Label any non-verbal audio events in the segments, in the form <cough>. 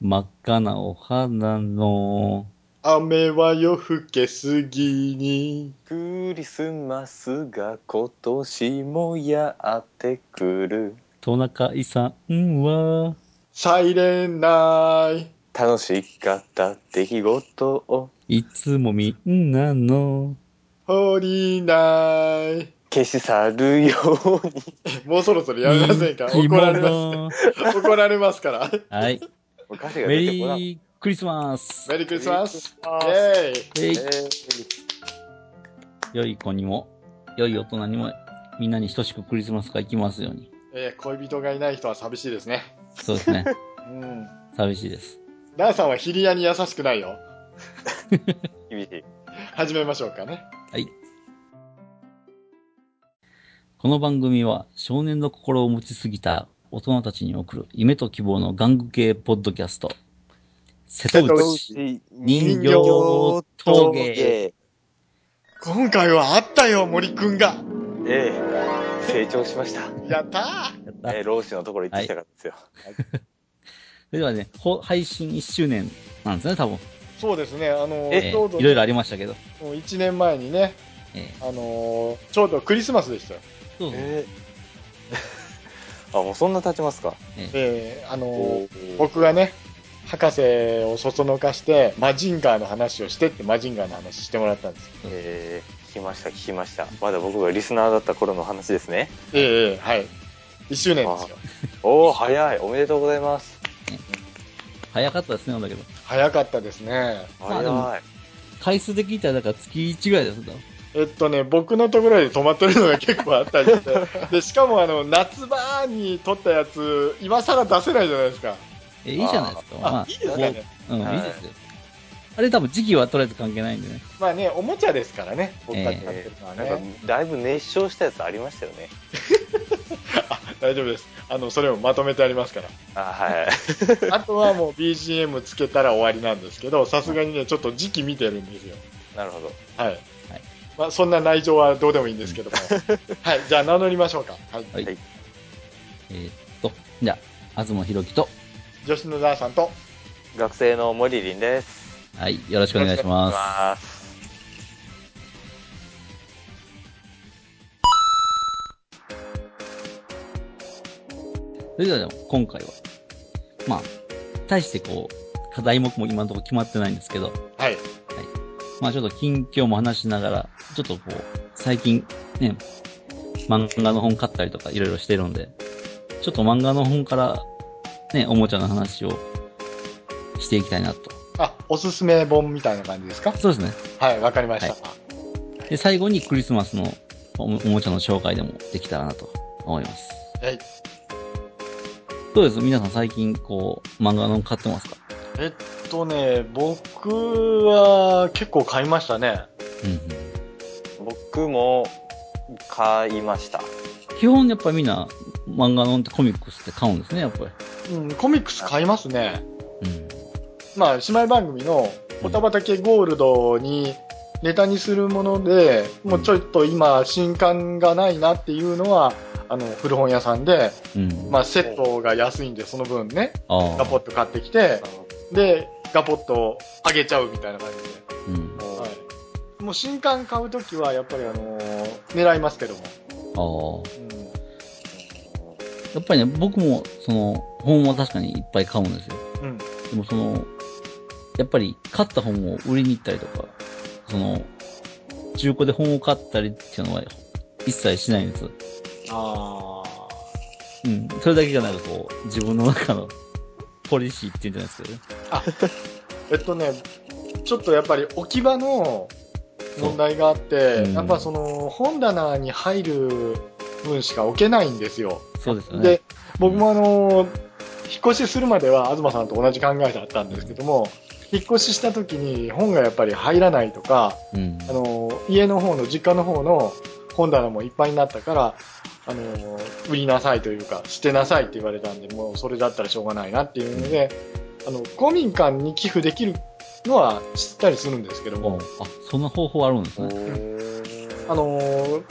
真っ赤なお肌の雨は夜更けすぎに。クリスマスが今年もやってくるトナカイさんはサイレンナイ。楽しかった出来事をいつもみんなのホーリーナイ。消し去るよ <laughs> うにえもうそろそろやめませんか人気怒者られます。怒られますから。はい。お菓子がメ出てこないリークリスマスメリークリスマス。イメェーイ。えいえ良い子にも、良い大人にも、みんなに等しくクリスマスが行きますように。えー恋人がいない人は寂しいですね。そうです <laughs> ね。うん。寂しいです。ダーさんはヒリアに優しくないよ。ー厳しい始めましょうかね。この番組は少年の心を持ちすぎた大人たちに送る夢と希望の玩具系ポッドキャスト。瀬戸瀬戸内。人形陶芸今回はあったよ、森くんが。ええ成長しました。やったやったええ、老子のところ行ってきたからですよ。それではね、ほ配信1周年なんですね、多分。そうですね、あのーえちょうーどいろいろありましたけど。 1年前にね、えあのーちょうどクリスマスでしたよ。ーそうそうええ <laughs> あ、もうそんな経ちますか。えーあのーおー僕がね、博士をそそのかして、マジンガーの話をしてって、マジンガーの話してもらったんですよ。ええ聞きました、聞きました。まだ僕がリスナーだった頃の話ですね。ええええはい。1周年ですよ。おお、早い。おめでとうございます。早かったですね、なんだけど。早かったですね。まあでも早い。回数で聞いたら、だから月1ぐらいですよ。えっとね、僕のところで止まってるのが結構あったりして、 <laughs> でしかもあの夏場に撮ったやつ、今更出せないじゃないですか。えーいいじゃないですか。まあ、いいですね。うん、はいいいですよ。あれ多分時期はとりあえず関係ないんでね。まあね、おもちゃですからね、僕たち買ってえるのはえなんね。か、だいぶ熱唱したやつありましたよね。あ大丈夫です。あの、それをまとめてありますから。あ、はい。あとはもう BGM つけたら終わりなんですけど、さすがにね、ちょっと時期見てるんですよ。 <laughs> なるほど。はい。まあ、そんな内情はどうでもいいんですけど <laughs> も。はい、じゃあ名乗りましょうか。はい。はい。はいえーっと、じゃあ、東博樹と、吉野沢さんと、学生の森林です。はい、よろしくお願いします。ます。それではでも、今回は、まあ、対してこう、課題目も今のところ決まってないんですけど、はい。まあちょっと近況も話しながら、ちょっとこう、最近ね、漫画の本買ったりとかいろいろしてるんで、ちょっと漫画の本から、ね、おもちゃの話をしていきたいなと。あ、おすすめ本みたいな感じですかそうですね。はい、わかりました。で、最後にクリスマスのおもおもちゃの紹介でもできたらなと思います。はい。どうです皆さん最近こう、漫画の買ってますかえっとね、僕は結構買いましたね。うんうん。僕も買いました。基本やっぱりみんな漫画のってコミックスって買うんですね、やっぱうん、コミックス買いますね。り。うん。まあ、姉妹番組の、おたばたけゴールドにネタにするもので、もうちょっと今、新刊がないなっていうのは、あの、古本屋さんで、うん。まあ、セットが安いんで、その分ね、あー、ガポット買ってきて、で、ガポットをあげちゃうみたいな感じで。うん。はい。もう新刊買うときは、やっぱりあのー狙いますけども。ああ。うんやっぱりね、僕も、その、本は確かにいっぱい買うんですよ。うん。でもその、やっぱり買った本を売りに行ったりとか、その、中古で本を買ったりっていうのは一切しないんです。あうん。それだけじゃなんかこう、自分の中のポリシーっていうんじゃないですけどね。ーえっとね、ちょっとやっぱり置き場のそう問題があって、うんやっぱその本棚に入る分しか置けないんですよ。そうですよね。で、僕もあのー引っ越しするまでは東さんと同じ考えだったんですけども、引っ越しした時に本がやっぱり入らないとか、うん。あのー家の方の実家の方の本棚もいっぱいになったから、あのー売りなさいというか捨てなさいって言われたんでもうそれだったらしょうがないなっていうので、あの公民館に寄付できるのは知ったりするんですけどおもう、あ、そんな方法あるんですね。あのー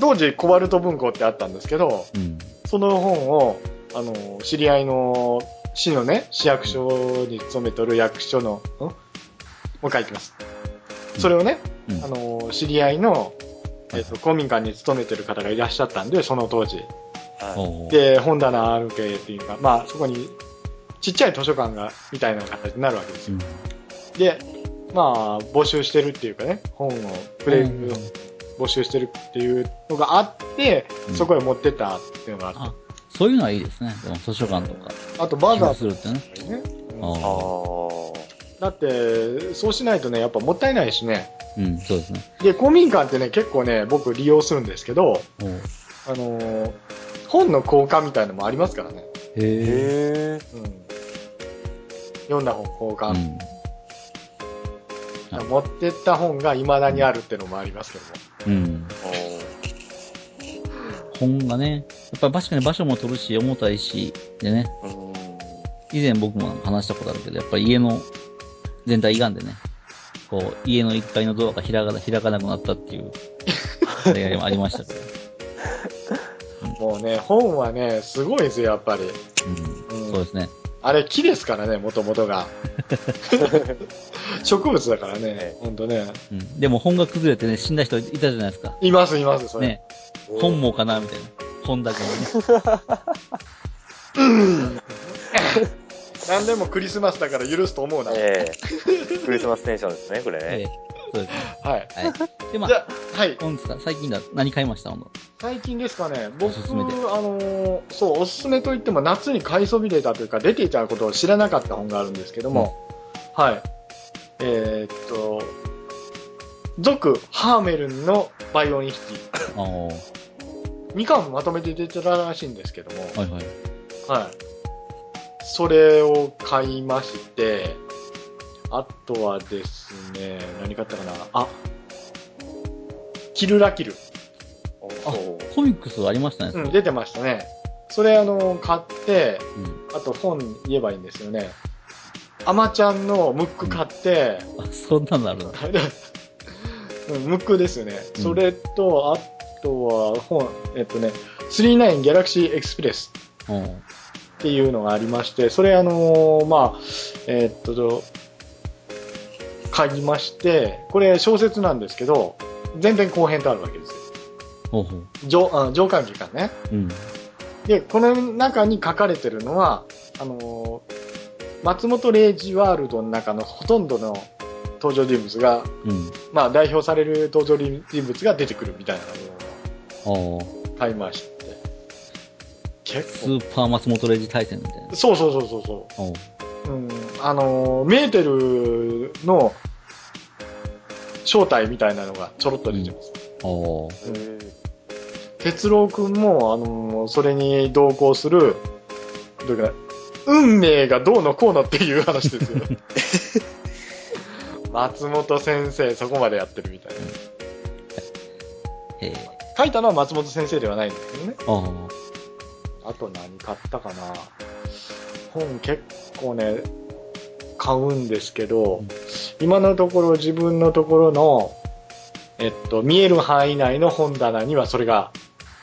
当時コバルト文庫ってあったんですけどうん。その本を、あのー知り合いの市のね、市役所に勤めとる役所の、んもう一回いきます。それをね、うんあの、知り合いの、えっと、公民館に勤めてる方がいらっしゃったんで、その当時。はいおーで、本棚あるけっていうか、まあ、そこに、ちっちゃい図書館が、みたいな形になるわけですうよ。んで、まあ、募集してるっていうかね、本を、プレイうんを募集してるっていうのがあってう、んそこへ持ってったっていうのがあって、あ、そういうのはいいですね。でも図書館とか。あとバザ寄付すーるってね。とかね。うんああーだって、そうしないとね、やっぱもったいないしね。うん、そうですね。で、公民館ってね、結構ね、僕利用するんですけど、おーあのー本の交換みたいのもありますからね。へえ。へえうん。読んだ本交う換。ん。持ってった本が未だにあるってのもありますけども。うん。本がね、やっぱり確かに場所も取るし、重たいし、でね、以前僕も話したことあるけど、やっぱり家の全体歪んでね、こう、家の1階のドアが開か開かなくなったっていう、あれがありましたから。もうね、本はね、すごいですよ、やっぱり。うん。そうですね。あれ、木ですからね、もとも <laughs> とが。植物だからねえ、ほんとね。うん。でも本が崩れてね、死んだ人いたじゃないですか。います、います、それ。ね。本もかなみたいな。本だけにね。何でもクリスマスだから許すと思うな。ええクリスマステンションですねこれね、ええそうですね。ははい。い。で、まじゃあ、あ、はい。どうですか最近だ、何買いましたほんの最近ですかね、お僕、すすめであのーそう、おすすめといっても、夏に買いそびれたというか、出ていたことを知らなかった本があるんですけども、はい。えーっと、続、ハーメルンのバイオン筆記。ああ、は2巻まとめて出てたらしいんですけども、いはい。はい。それを買いまして、あとはですね、何買ったかな、あ、キルラキル。おコミックスありましたね。うん、出てましたね。それ、あの、買って、うん。あと本言えばいいんですよね。アマちゃんのムック買って、 <laughs> あ、そんなのあるんだ。うん、ムックですよね。うんそれと、あとは本、えっとね、39ギャラクシーエクスプレスうん。っていうのがありまして、それあのーまあ、えっと、買いまして、これ小説なんですけど、前編後編とあるわけですよ。ほうほう。上、あ上巻期間ね。うん。で、この中に書かれてるのは、あのー松本零士ワールドの中のほとんどの登場人物が、うん。まあ代表される登場人物が出てくるみたいなああ。のを買いまして。結ス構。ーパー松本零士対戦みたいな。そうそうそうそうそおうう。うん。あのーメーテルの正体みたいなのがちょろっと出てます。おう哲郎くんも、あのーそれに同行する、どれか運命がどうのこうのっていう話ですよ。松本先生、そこまでやってるみたいな。へえ。書いたのは松本先生ではないんですけどね。おうあと何買ったかな本結構ね、買うんですけど、うん今のところ自分のところの、えっと、見える範囲内の本棚にはそれが、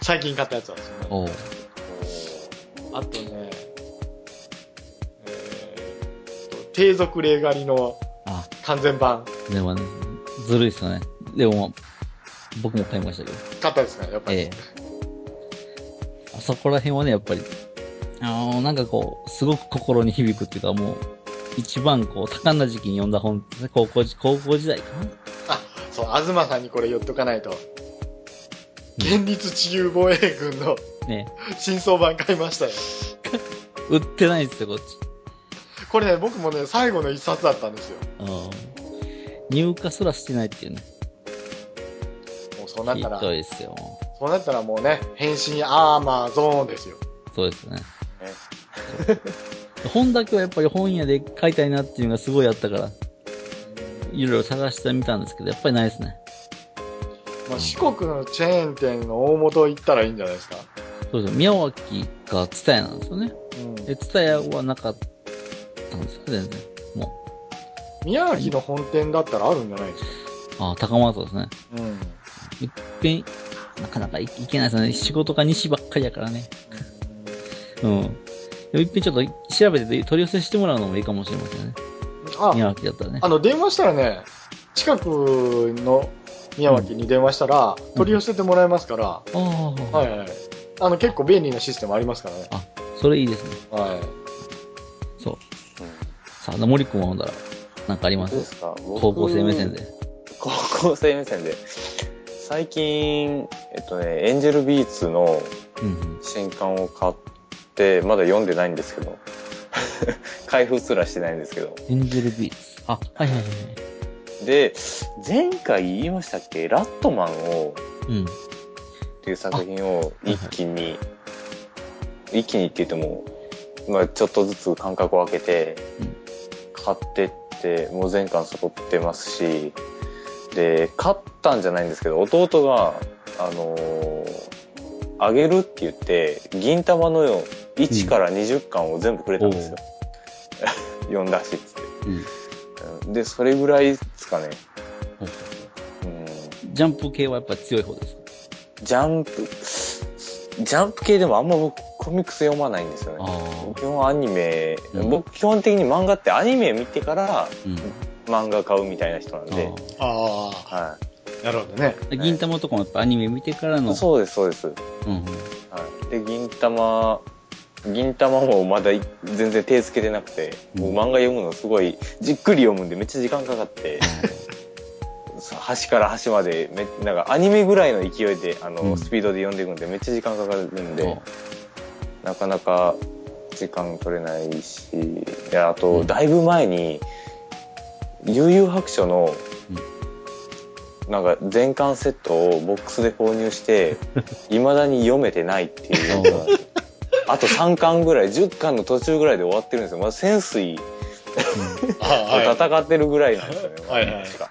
最近買ったやつなんですよね。おうあとね、えーっと、低俗霊狩りのあ、完全版でもね、ずるいっすよね。でも、僕も買いましたけど。買ったですから、やっぱり。ええ。あそこら辺はね、やっぱり、あの、なんかこう、すごく心に響くっていうか、もう、一番こう、多感な時期に読んだ本、高校時、高校時代かなあ、そう、東さんにこれ言っとかないと。うん現立地球防衛軍の <laughs> ね。新装版買いましたよ。売ってないっすよ、こっち。これね、僕もね、最後の一冊だったんですよ。うん。入荷すらしてないっていうね。もうそうなっひたら、どいっすよ。そうなったらもうね、変身アーマーゾーンですよ。そうですね。本だけはやっぱり本屋で買いたいなっていうのがすごいあったから、いろいろ探してみたんですけど、やっぱりないですね。まあ、四国のチェーン店の大元行ったらいいんじゃないですか。そうですね。宮脇がツタヤなんですよね。うんで、ツタヤはなかったんですよ、全然。もう。宮脇の本店だったらあるんじゃないですか。ああ、高松ですね。うん。いっぺん、なかなか行けないですよね。仕事が西ばっかりやからね。うん。でも一遍ちょっと調べて取り寄せしてもらうのもいいかもしれませんね。あ、宮脇だったらねあ。の、電話したらね、近くの宮脇に電話したら、取り寄せてもらえますから、ああ、はいはい。あの、結構便利なシステムありますからね。それいいですね。はい。そう。さあ、森くんはほんだら、なんかありまどうですすか高校生目線で。高校生目線で最近えっとねエンジェルビーツのうんうん。新刊を買ってまだ読んでないんですけど <laughs> 開封すらしてないんですけどエンジェルビーツ。あ、はいはいはいはい。で前回言いましたっけ「ラットマンを」うん。っていう作品を一気に一気にって言っても、まあ、ちょっとずつ間隔を空けてうん買ってってもう全巻揃ってますしで買ったんじゃないんですけど弟があのーあげるって言って銀玉のよ1から20巻を全部くれたんですよ、 <laughs> 読んだしっつってうん。うんでそれぐらいですかね、ほうほううん、ジャンプ系はやっぱ強い方ですか。ジャンプジャンプ系でもあんま僕コミックス読まないんですよねああ。基本アニメ、うん僕基本的に漫画ってアニメ見てからうん。漫画買うみたいな人なんで、ああはあ、なるほどね。あ。銀玉とかもやっぱアニメ見てからの。い、そうですそうです、はうんうん。い、で銀玉銀玉もまだい全然手つけてなくて、うんもう漫画読むのすごいじっくり読むんでめっちゃ時間かかって <laughs> そう端から端までめなんかアニメぐらいの勢いであの、うんスピードで読んでいくんでめっちゃ時間かかるんで、そうなかなか時間取れないし、いやあうと、んだいぶ前に、悠々白書のう、なんか全巻セットをボックスで購 <laughs> 入して、未だに読めてないっていうのが、あと3巻ぐらい、10巻の途中ぐらいで終わってるんですよ。まだ潜水とあ <laughs> はい戦ってるぐらいなんですよね。はいはい確か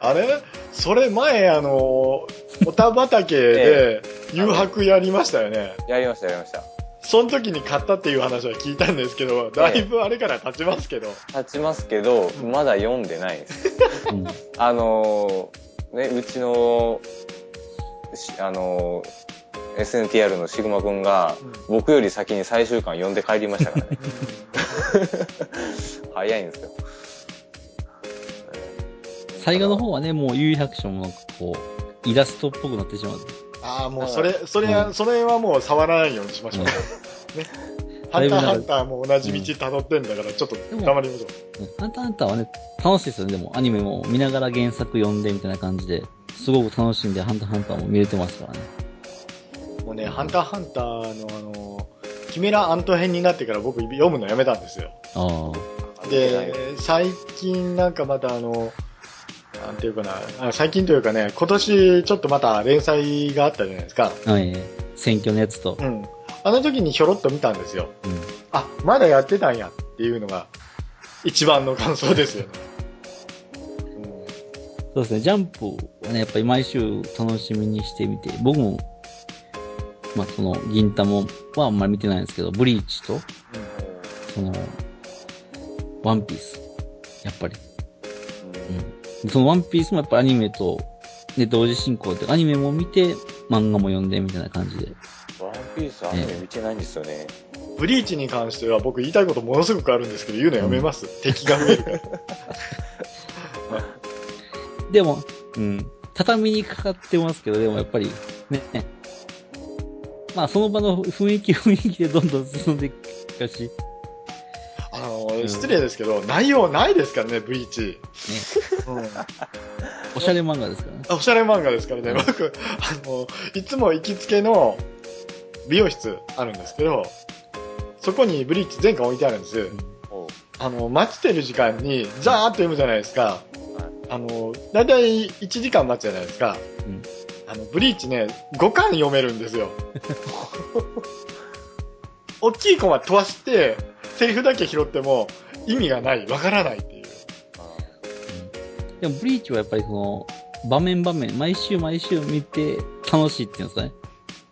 あれそれ前、あの、おた畑 <laughs> で誘白やりましたよね。やりました、やりました。その時に買ったっていう話は聞いたん <laughs> ですけど、だいぶあれから経ちますけど。立ちますけど、うんまだ読んでないです。うん。あのーね、うちの、しあのー SNTR のシグマくんが、僕より先に最終巻読んで帰りましたからね。早いんですよ。最後の方はね、もう有白書もなんかこう、イラストっぽくなってしまう。ああ、もうそれ、それは、それはもう触らないようにしましょう。ね。 <laughs> ハだいンぶターなんかハンターも同じ道辿ってんだから、ちょっと黙りましょう。ハンターハンターはね、楽しいですよね。でも、アニメも見ながら原作読んでみたいな感じで、すごく楽しんで、ハンターハンターも見れてますからね。もうね、ハンターハンターのあの、キメラアント編になってから僕読むのやめたんですよ。あで、で、最近なんかまたあの、なんていうかな、あ最近というかね、今年ちょっとまた連載があったじゃないですか。あ。はい。選挙のやつとう。ん。あの時にひょろっと見たんですよ。うん。あ、まだやってたんやっていうのが、一番の感想ですよ <laughs> ね。そうですね、ジャンプはね、やっぱり毎週楽しみにしてみて、僕も、まあその、銀魂はあんまり見てないんですけど、ブリーチと、その、ワンピース。やっぱり。うん。そのワンピースもやっぱアニメと、で、同時進行で、アニメも見て、漫画も読んで、みたいな感じで。ワンピースアニメ見てないんですよね。ブリーチに関しては僕言いたいことものすごくあるんですけど、言うのやめます。敵が増える <laughs> から。でも、うん。畳にかかってますけど、でもやっぱり、ね。まあその場の雰囲気雰囲気でどんどん進んでいくかし、あの、失礼ですけど、内容ないですからね、ブリーチ。うんおしゃれ漫画ですからね。あおしゃれ漫画ですからね、僕、あの、いつも行きつけの美容室あるんですけど、そこにブリーチ全巻置いてあるんです。おうあの、待ちてる時間に、ザーっと読むじゃないですか。あの、だいたい1時間待つじゃないですか。うんあの、ブリーチね、5巻読める <laughs> んですよ。大きいコマ飛ばして、セリフだけ拾っても意味がない、わからないっていう。でも、ブリーチはやっぱりその、場面場面、毎週毎週見て楽しいっていうんですかね。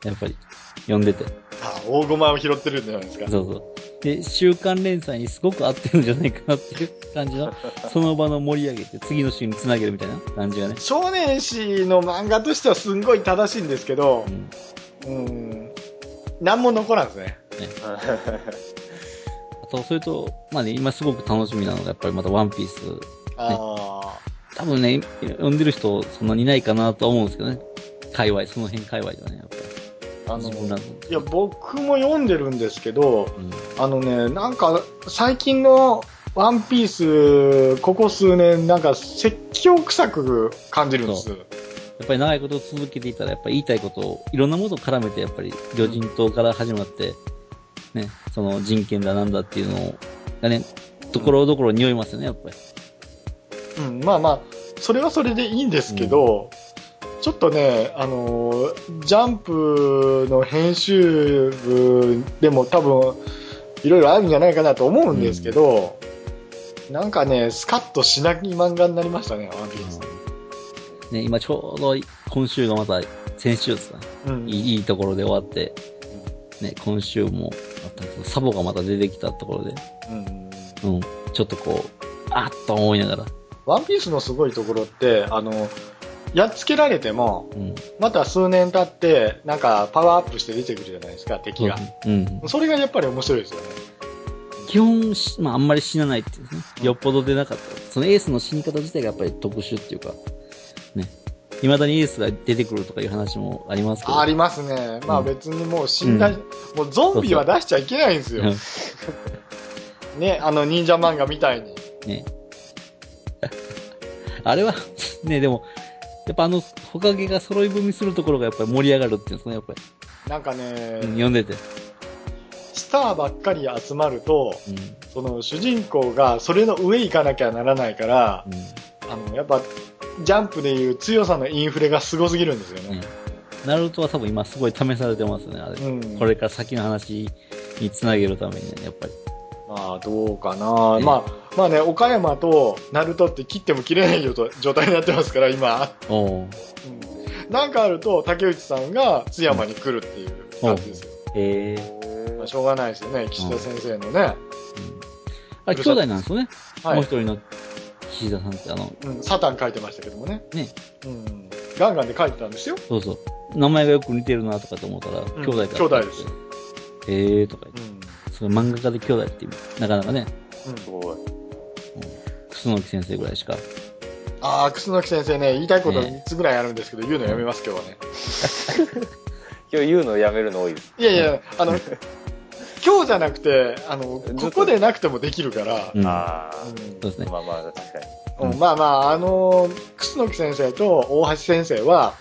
やっぱり、読んでて。あ、大駒を拾ってるんじゃないですか。そうそう。で、週刊連載にすごく合ってるんじゃないかなっていう感 <laughs> じの、その場の盛り上げて、次の週につなげるみたいな感じがね。少年誌の漫画としてはすんごい正しいんですけどう、ん。うん、何も残らんですね。あーと、それと、まあね、今すごく楽しみなのが、やっぱりまたワンピース。あ多分ね、読んでる人そんなにいないかなとは思うんですけどね。界隈、その辺界隈だね、やっぱり。あ、あの、自分らの。いや、僕も読んでるんですけど、うん。あのね、なんか、最近のワンピース、ここ数年、なんか、説教臭く感じるんです。やっぱり長いこと続けていたら、やっぱり言いたいことを、いろんなものを絡めて、やっぱり、魚人島から始まって、ね、その人権だなんだっていうのがね、ところどころ匂いますよね、やっぱり。うん、まあまあ、それはそれでいいんですけど、ちょっとね、あのー、ジャンプの編集部でも多分、いろいろあるんじゃないかなと思うんですけど、なんかね、スカッとしない漫画になりましたね、ワンピース。ね、今ちょうど今週がまた先週ですかね。うん。いいいいところで終わって、ね、今週もあったんですけど、サボがまた出てきたところで、うんうん、ちょっとこう、あっと思いながら、ワンピースのすごいところって、あの、やっつけられても、うん。また数年経って、なんかパワーアップして出てくるじゃないですか、敵が。うん。それがやっぱり面白いですよね。基本し、まあ、あんまり死なないっていうね。よっぽど出なかった。そのエースの死に方自体がやっぱり特殊っていうか、ね。未だにエースが出てくるとかいう話もありますけど。ありますね。まあうん別にもう死んだ、うんもうゾンビは出しちゃいけないんですよ。ね、あの忍者漫画みたいに。うんね。 <laughs> あれは、ね、でも、やっぱあの、木陰が揃い踏みするところがやっぱり盛り上がるっていうんですね、やっぱり。なんかね、うん、読んでて。スターばっかり集まると、うん。その主人公がそれの上行かなきゃならないから、あの、やっぱ、ジャンプでいう強さのインフレがすごすぎるんですようんね。。ナルトは多分今すごい試されてますね、あれ。うん。これから先の話につなげるためにね、やっぱり。まあ、どうかな、ねまあ、まあね、岡山と鳴門って切っても切れないよと状態になってますから、今。おー。なんかあると、竹内さんが津山に来るっていう感じですよ。ええまあ、しょうがないですよね、岸田先生のね。あれ、兄弟なんですよね。はもうい一。人の岸田さんって、あの、うん、サタン書いてましたけどもね。ね。うん。ガンガンで書いてたんですよ。そうそう。名前がよく似てるなとかと思ったら、兄弟だった兄弟です。ええーとか言っうて。ん。それ漫画家で兄弟って今、なかなかね、うんす、ごい。楠木先生ぐらいしか。ああ、楠木先生ね、言いたいことね3つぐらいあるんですけど、言うのやめます、今日はね。今日言うのやめるの多いです。いやいや、あの、今日じゃなくて、あの、ずっとここでなくてもできるから、うん。そああ、うですね。まあまあ、確かに。うんうんまあまあ、あのー楠木先生と大橋先生は、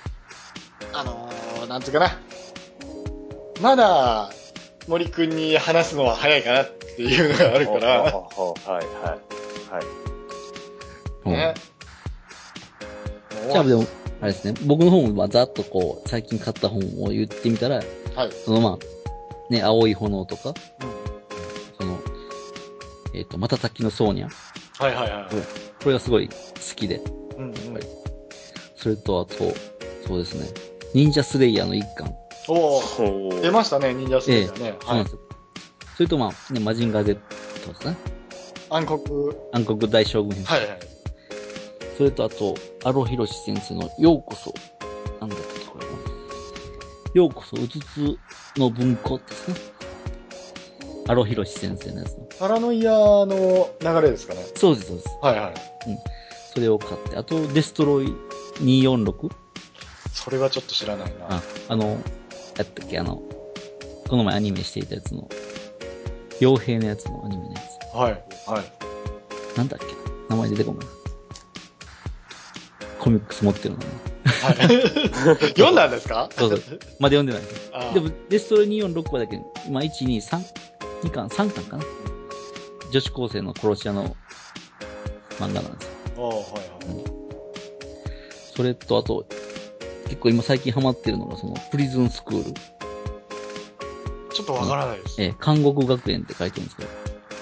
あのーなんつうかな、まだ森くんに話すのは早いかなっていうのがあるかは <laughs> ら、いはいはい。はい。ね。うんじゃあ、でもも、あれですね。僕の方も、まあ、ざっとこう、最近買った本を言ってみたら、う、はい。そのまあ、ね、青い炎とか、うんその、えっ、と、また滝のソーニャ。はいはいはい。これがすごい好きで。うんうんはいそれと、あと、そうですね。忍者スレイヤーの一巻。おーほう出ましたね、忍者スレイヤーね。そうはないんで。すよ。それと、まあ、ね、マジンガー Z ですね。暗黒、暗黒大将軍編。はいはい。それと、あと、アロヒロシ先生のようこそ、なんだったっけ、これは。ようこそ、うつつの文庫ですね。アロヒロシ先生のやつの。パラノイアの流れですかね。そうです、そうです。はいはい。それを買って、あと、デストロイ246。それはちょっと知らないな。あ、あの、やったっけ、あの、この前アニメしていたやつの、傭兵のやつのアニメのやはい。はい。つ。なんだっけ名前出てこない。コミックス持ってるのに。はい、 <laughs> 読んだんですかそうそう。まだ読んでない。あーでも、デストロイ246話だけ、今、1、2、3、2巻、3巻かな女子高生の殺し屋の漫画なんですよ。おーはいはい。それと、あと、結構今最近ハマってるのが、その、プリズンスクール。ちょっとわからないです。えー、監獄学園って書いてるんですけど。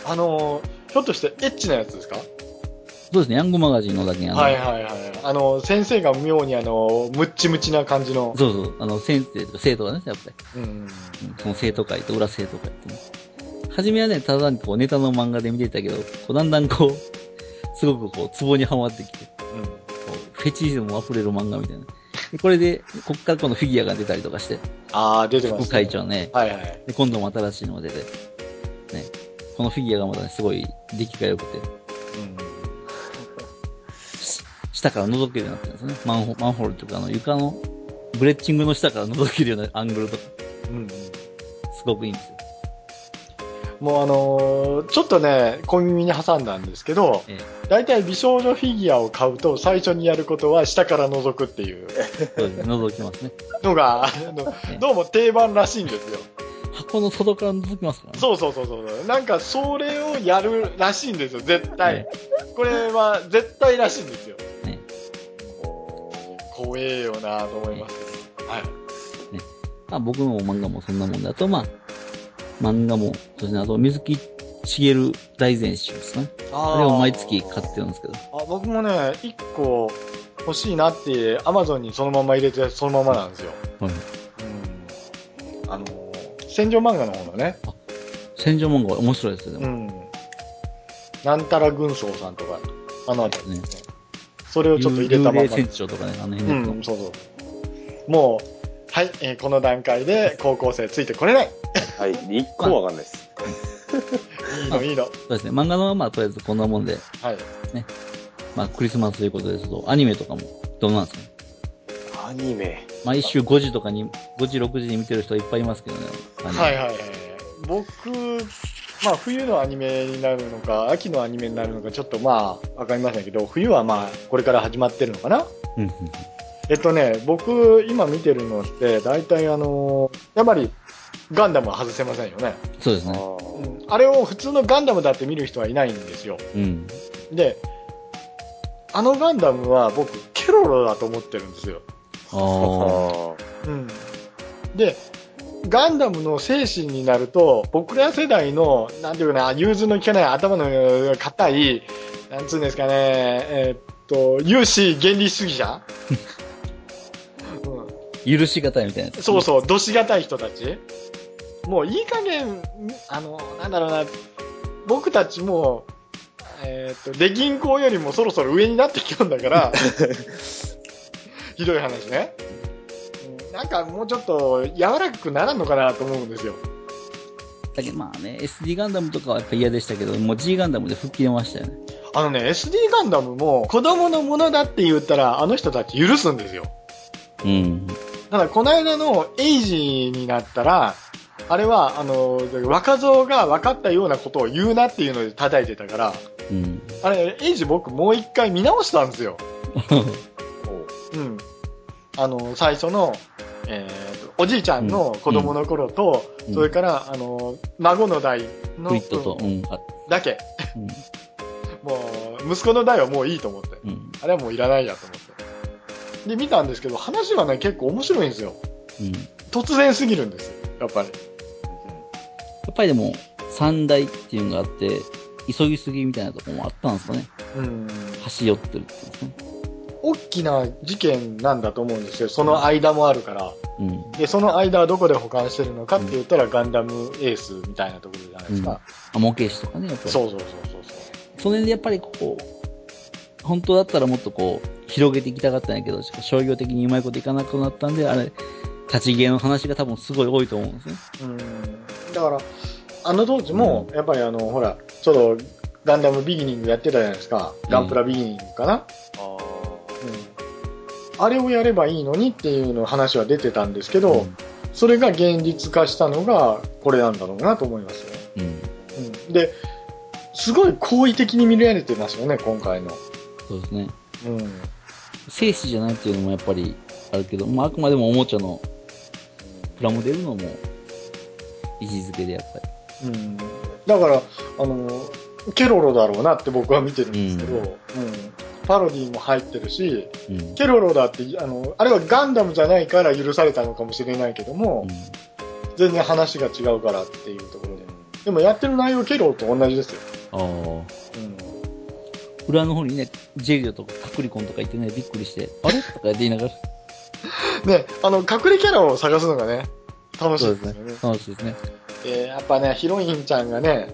あのー、ひょっとしてエッチなやつですかそうですね、ヤングマガジンのだけにあの、はいはいはい。あのー、先生が妙にあのー、ムッチムチな感じの。そうそう、あの、先生とか生徒がね、やっぱり。うん。うんその生徒会と裏生徒会ってね。初めはね、ただこう、ネタの漫画で見てたけど、こう、だんだんこう、すごくこう、ツボにはまってきて。こうフェチズム溢れる漫画みたいな。でこれで、こっから今度フィギュアが出たりとかして、ああ、出てま副す、ね。会長ね。はいはい。で、今度も新しいのが出て。ね。このフィギュアがまたね、すごい出来が良くて、下から覗けるようになってるんですよね。マンホマンホールとか、あの、床の、ブレッチングの下から覗けるようなアングルとか、うんうんすごくいいんですよ。もうあのーちょっとね、小耳に挟んだんですけど、ええ大体美少女フィギュアを買うと最初にやることは下から覗くっていうそうですね、覗きます <laughs> ね。のが、あのどうも定番らしいんですよ。箱の外から覗きますからね。そうそうそうそう。なんかそれをやるらしいんですよ、絶対ね。これは絶対らしいんですよ。ね怖えよなと思いますけど。はい。まあ、僕の漫画もそんなもんだと、まあ、漫画も、そうですね、あと、水木しげる大全集ですかね。ああれを毎月買ってるんですけど。あ僕もね、一個欲しいなって、アマゾンにそのまま入れて、そのままなんですよ。はい。うん。あのー、戦場漫画の方のね、戦場漫画面白いですよ、うね。ん。なんたら軍曹さんとか、あのあたりですね。それをちょっと入れたまんま幽霊。船長とかね、あの辺うのやつをん、そうそう。もう、はい、えーこの段階で高校生ついてこれない。はい、一個もわかんないです。いいの、いいの。そうですね、漫画のはまあ、とりあえずこんなもんで、はい。まあ、クリスマスということですと、アニメとかも、どうなんですかね。アニメ。毎週5時とかに、5時、6時に見てる人いっぱいいますけどね。はいい。はいはい。僕、まあ冬のアニメになるのか、秋のアニメになるのか、ちょっとまあわかりませんけど、冬はまあこれから始まってるのかなうん、うん。えっとね、僕今見てるのって、大体あのーやっぱりガンダムは外せませんよね。そうですあね。ーあれを普通のガンダムだって見る人はいないんですよ。うん。で、あのガンダムは僕、ケロロだと思ってるんですよ。あああ。ー。うん。で、ガンダムの精神になると、僕ら世代の、なんていうかな、融通の利かない頭の硬い、なんつうんですかね、えーっと、有志原理主義者、う許しがたいみたいなやん、つ。そうそう、どしがたい人たちもういい加減、あの、なんだろうな、僕たちも、えーっと、出銀行よりもそろそろ上になってきたんだから、ひどい話ね。うんなんかもうちょっと柔らかくならんのかなと思うんですよ。だけどまあね、SD ガンダムとかはやっぱ嫌でしたけど、もう G ガンダムで吹っ切れましたよね。あのね、SD ガンダムも子供のものだって言ったらあの人たち許すんですよ。うん。ただこの間のエイジになったら、あれはあの、若造が分かったようなことを言うなっていうので叩いてたから、うん。あれ、エイジ僕もう一回見直したんですよ。おううん。あの、最初の、えーとおじいちゃんの子供の頃と、うんそれから、あの、孫の代のクイットと、うん。あだけ。うん。もう、息子の代はもういいと思って。うん。あれはもういらないやと思って。で、見たんですけど、話はね、結構面白いんですよ。うん。や突然すぎるんです。やっぱり。っぱりでも、三大っていうのがあって、急ぎすぎみたいなとこもあったんですかね。うん。端寄ってるっていうんですね。大きな事件なんだと思うんですよ。その間もあるから。うん。で、その間はどこで保管してるのかって言ったら、ガンダムエースみたいなところじゃないですか。あ、模型師とかね、やっぱり。そうそうそうそうそう。その辺でやっぱりこう、本当だったらもっとこう、広げていきたかったんやけど、商業的にうまいこといかなくなったんで、あれ、立ち消えの話が多分すごい多いと思うんですね。うんだから、あの当時も、やっぱりあの、ほら、ちょっと、ガンダムビギニングやってたじゃないですか。んガンプラビギニングかな。あーあれをやればいいのにっていうの話は出てたんですけど、それが現実化したのが、これなんだろうなと思いますね。うん。うん。うん、で、すごい好意的に見られてますよね、今回の。そうですね。うん。生死じゃないっていうのもやっぱりあるけど、まあ、あくまでもおもちゃの、プラモデルのもう、位置づけでやっぱうん。だから、あの、ケロロだろうなって僕は見てるんですけうど、んうん、パロディも入ってるし、り。うん。ケロロだって、あの、あれはガンダムじゃないから許されたのかもしれないけども、う全然話が違うからっていうところで。でもやってる内容ケロロと同じですよ。ん。ああ。裏の方にね、ジェリオとかカクリコンとか言ってね、びっくりして、あれとか言って言いながら。ね、あの、隠れキャラを探すのがね、楽しいですよね。楽しいですね。でやっぱね、ヒロインちゃんがね、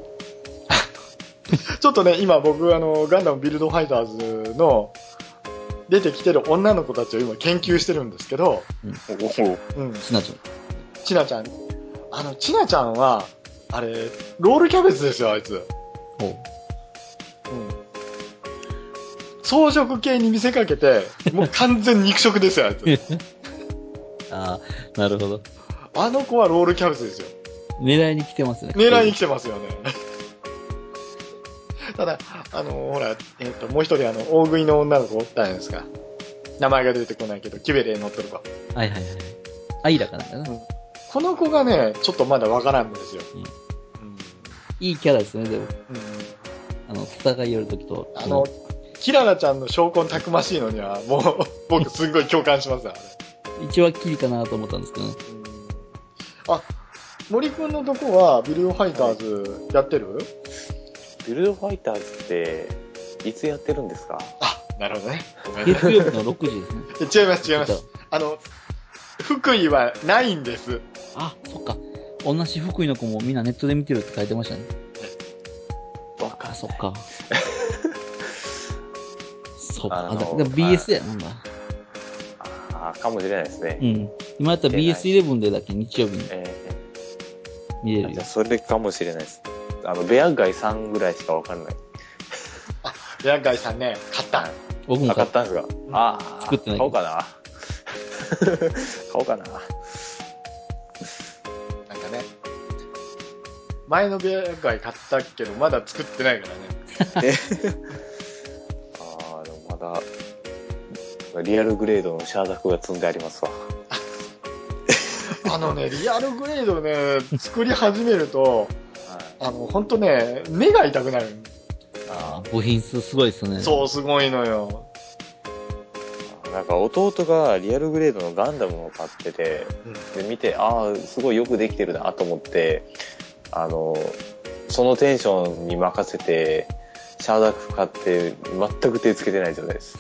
ちょっとね、今僕、あの、ガンダムビルドファイターズの出てきてる女の子たちを今研究してるんですけど、おううん、すなちゃん。ちなちゃん。あの、ちなちゃんは、あれ、ロールキャベツですよ、あいつ。ほう。装飾系に見せかけて、もう完全肉食ですよ、あいつ。ああ、なるほど。あの子はロールキャベツですよ。狙いに来てますね。狙いに来てますよね。 <laughs> ただ、あのほら、えっ、と、もう一人あの、大食いの女の子おったじゃないですか。名前が出てこないけど、キベレに乗ってる子。はいはいはい。アイラかなんかな。この子がね、ちょっとまだわからんんですよ。ううんん。いいキャラですね、でも。うんあの、戦いよるときと。あの、キララちゃんの証拠たくましいのには、もう、 <laughs> 僕すんごい共感しますよ、あれ。一話きりかなと思ったんですけどね。あ、森くんのとこは、ビルドファイターズやってるビルドファイターズって、いつやってるんですかあ、なるほどね。ごめんね。月曜日の6時ですね。違います、違います。あの、福井はないんです。あ、そっか。同じ福井の子もみんなネットで見てるって書いてましたね。わかあ、そ <laughs> っか。そっあか。のでも BS やなんだ。あーかもしれないですね。うん。今やったら BS11 でだけ日曜日にえー見れるじゃよあ。それかもしれないです。あの、ベアガイさんぐらいしかわかんない。ヤンガイさんね、勝った。僕もあ、買買っったんですかああ、作ってない買おうかな。 <laughs> 買おうかな。なんかね。前のヤンガイ買ったけど、まだ作ってないからね。ああ、でもまだ、リアルグレードのシャーザクが積んでありますわ。あの <laughs> ね、リアルグレードね、作り始めると、あの、ほんとね、目が痛くなる。あ部品数すごいですね。そう、すごいのよ。なんか弟がリアルグレードのガンダムを買ってて、で見て、ああ、すごいよくできてるなと思って、あの、そのテンションに任せて、シャーザク買って全く手つけてない状態です。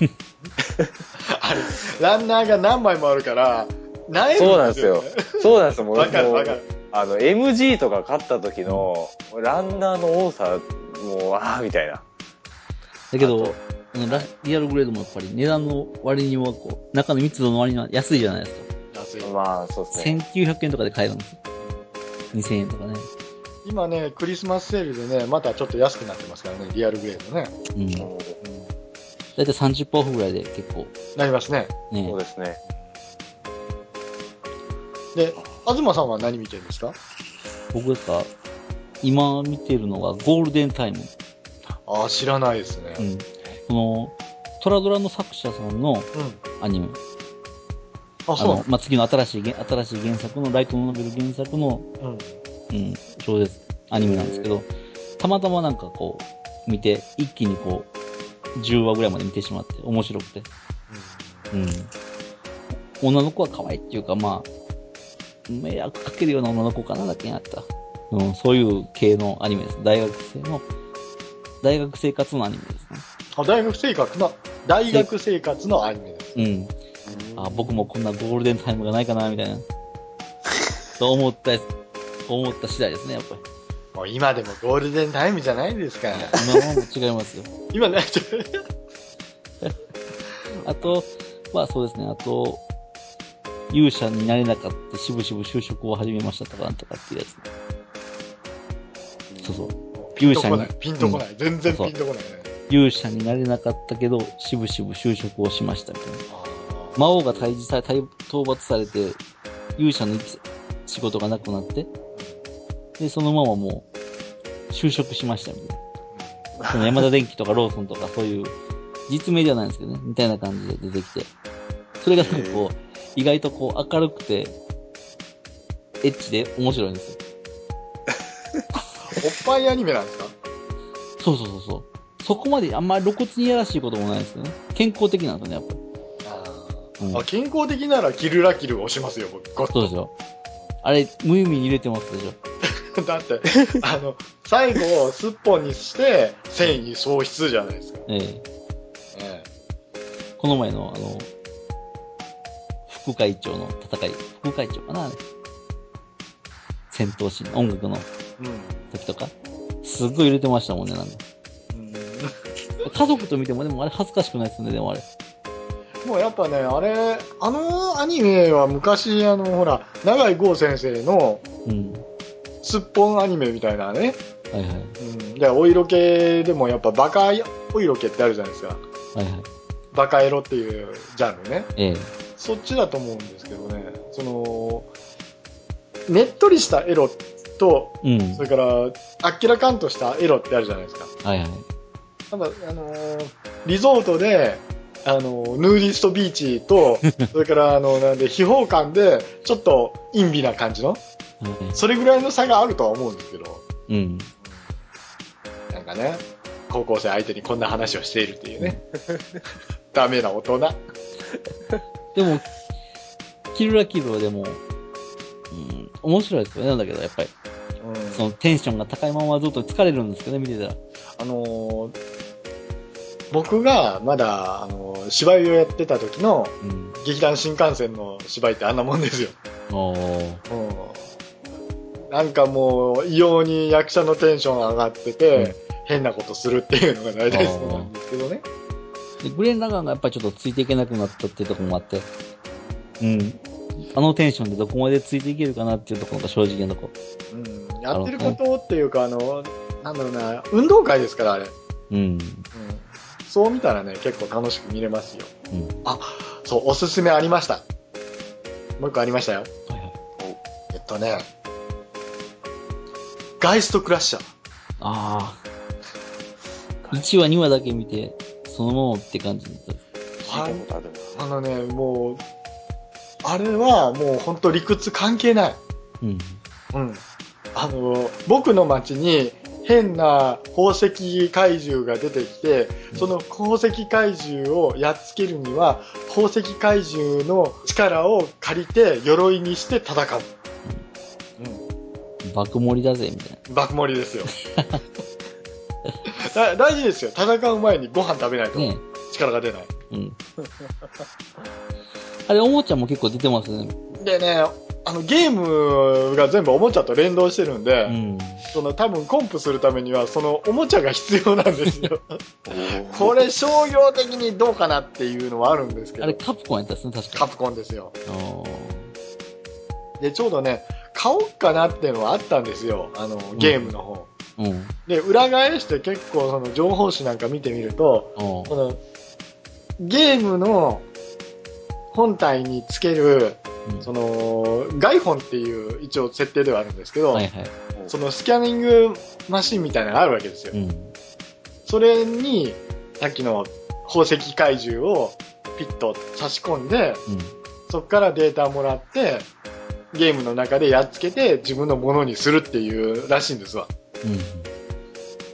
あれ、ランナーが何枚もあるから、なえるそうなんですよね。そうなんですよ、もう。わかるもうわかる。あの、MG とか勝った時の、ランナーの多さ、もう、ああ、みたいな。だけど、あのラリアルグレードもやっぱり値段の割にはこう、中の密度の割には安いじゃないですか。安いまあ、そうですね。 1900円とかで買えるんですよ。2000円とかね。今ね、クリスマスセールでね、またちょっと安くなってますからね、リアルグレードね。うん。だうんいたい30%オフぐらいで結構、なりますね。ねそう。ですね。で、東さんは何見てるんですか僕ですか、今見てるのがゴールデンタイム。ああ、知らないですね。うん。この、トラドラの作者さんのうん。アニメ。あ、あそうの、まあ、次の新しいげ、新しい原作の、ライトノベル原作の、なのうん。うん、小説、アニメなんですけど、たまたまなんかこう、見て、一気にこう、10話ぐらいまで見てしまって、面白くて。うん。女の子は可愛いっていうか、まあ、迷惑かけるような女の子かなだけにあった。うん、そういう系のアニメです。大学生の、大学生活のアニメですね。あ大学生活の、大学生活のアニメです。うん。あ、僕もこんなゴールデンタイムがないかな、みたいな。と思ったやつ、思った次第ですね、やっぱり。もう今でもゴールデンタイムじゃないです <laughs> から。今はもう違いますよ。今ね、あと、まあそうですね、あと、勇者になれなかった、しぶしぶ就職を始めましたとか、なんとかっていうやつね。そうそう。ピンとこない勇者に。ピンとこない。全然そうピンとこないね。勇者になれなかったけど、しぶしぶ就職をしましたみたいな。魔王が退治され、退討伐されて、勇者の生き仕事がなくなって、で、そのままもう、就職しましたみたいな。その山田電機とかローソンとかそういう、実名ではないんですけどね、みたいな感じで出てきて。それがなんかこう、意外とこう明るくて、エッチで面白いんですよ。おっぱいアニメなんですかそうそうそうそう。そこまであんまり露骨にいやらしいこともないですけどね。健康的なんですよね、やっあぱり。うんあ、健康的ならキルラキルを押しますよ、僕。ゴッそうでしょ。あれ、無意味に入れてますでしょ。 <laughs> だって、あの、最後をすっぽんにして、繊維喪失じゃないですか。えええこの前の、あの、副会長の戦い、副会長かなあれ戦闘シーン、音楽のえうん。時とか、すっごい入れてましたもんね、なんか。家族と見ても、でもあれ恥ずかしくないですね、でもあれ。もうやっぱね、あれ、あのアニメは昔、あの、ほら、長井剛先生のうん。すっぽんアニメみたいなね。はいはい。うん。で、お色気でもやっぱバカお色気ってあるじゃないですか。はいはい。バカエロっていうジャンルね。ええ。そっちだと思うんですけどね。その、ねっとりしたエロと、うん。それから、あっけらかんとしたエロってあるじゃないですか。はいはい。ただ、あのーリゾートで、あのーヌーディストビーチと、それから、あの、なんで、秘宝館で、ちょっと、陰微な感じの、はそれぐらいの差があるとは思うんですけど、い。うん。なんかね、高校生相手にこんな話をしているっていうね。ダメな大人。でも、キルラキルはでも、うん、面白いですよね。なんだけど、やっぱり。そのテンションが高いままずっと疲れるんですけどね、見てたら。あのー僕がまだ、あのー芝居をやってた時のうん。劇団新幹線の芝居ってあんなもんですよ。おー。うんなんかもう、異様に役者のテンション上がってて、うん変なことするっていうのが大体そうなんですけどね。で、グレン・ラガンがやっぱりちょっとついていけなくなったっていうところもあって、うん。あのテンションでどこまでついていけるかなっていうところが正直なとこ。うん、やってることっていうか、あの、なんだろうな、運動会ですから、あれ。うん、うん。そう見たらね、結構楽しく見れますよ。うん。あ、そう、おすすめありました。もう一個ありましたよ。はいはい。えっとね、ガイストクラッシャー。ああ。1話、2話だけ見て、そのままって感じだった。聞いたことあるな。あのね、もう、あれはもう本当理屈関係ない。うん。うん。あの、僕の町に変な宝石怪獣が出てきて、その宝石怪獣をやっつけるには、宝石怪獣の力を借りて、鎧にして戦う。爆盛りだぜ、みたいうん。爆盛り <laughs> ですよ。だ大事ですよ。戦う前にご飯食べないとな。ね力が出ない。うん。あれ、おもちゃも結構出てますね。でね、あのゲームが全部おもちゃと連動してるんで、うん。その多分コンプするためにはそのおもちゃが必要なんですよ。これれ商業的にどうかなっていうのはあるんですけあれ、ど、カプコンやったっすね、確か。カプコンですよ。あーで、ちょうどね、買おっかなっていうのはあったんですよ、あの、ゲームの方。うん。で、裏返して結構その情報誌なんか見てみると、あーこの、ゲームの本体につける、うんその、外本っていう一応設定ではあるんですけど、はいはい。そのスキャニングマシンみたいなのがあるわけですよ。うん。それに、さっきの宝石怪獣をピッと差し込んで、うん。そこからデータもらって、ゲームの中でやっつけて自分のものにするっていうらしいんですわ。うん。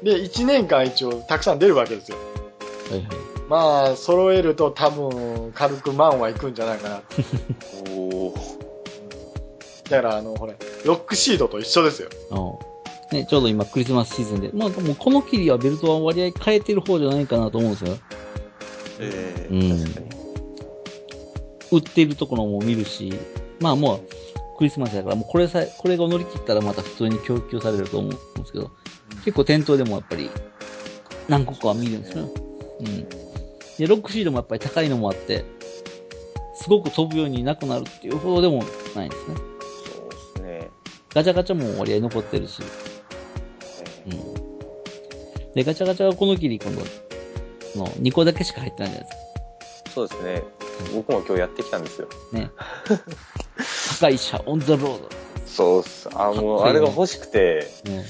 で、1年間一応たくさん出るわけですよ。はいはい。まあ、揃えると多分軽く万はいくんじゃないかな。おーだからあの、ほれ、ロックシードと一緒ですよ。あーね、ちょうど今クリスマスシーズンで。まあ、もうこのキリはベルトは割合変えてる方じゃないかなと思うんですよ。えうんー、確かに。売ってるところも見るし、まあもう、クリスマスだから、もうこれさえ、これが乗り切ったらまた普通に供給されると思うんですけど、結構店頭でもやっぱり、何個かは見るんですよ。うん。で、ロックシードもやっぱり高いのもあって、すごく飛ぶようになくなるっていうほどでもないんですね。そうですね。ガチャガチャも割合残ってるし、えうーん。で、ガチャガチャはこのキリ今度、の2個だけしか入ってないじゃないでそうですね。僕も今日やってきたんですよ。すか。高い車、オンザローそうっす。あ、もかっう、こいいねあれが欲しくて、ド。ね。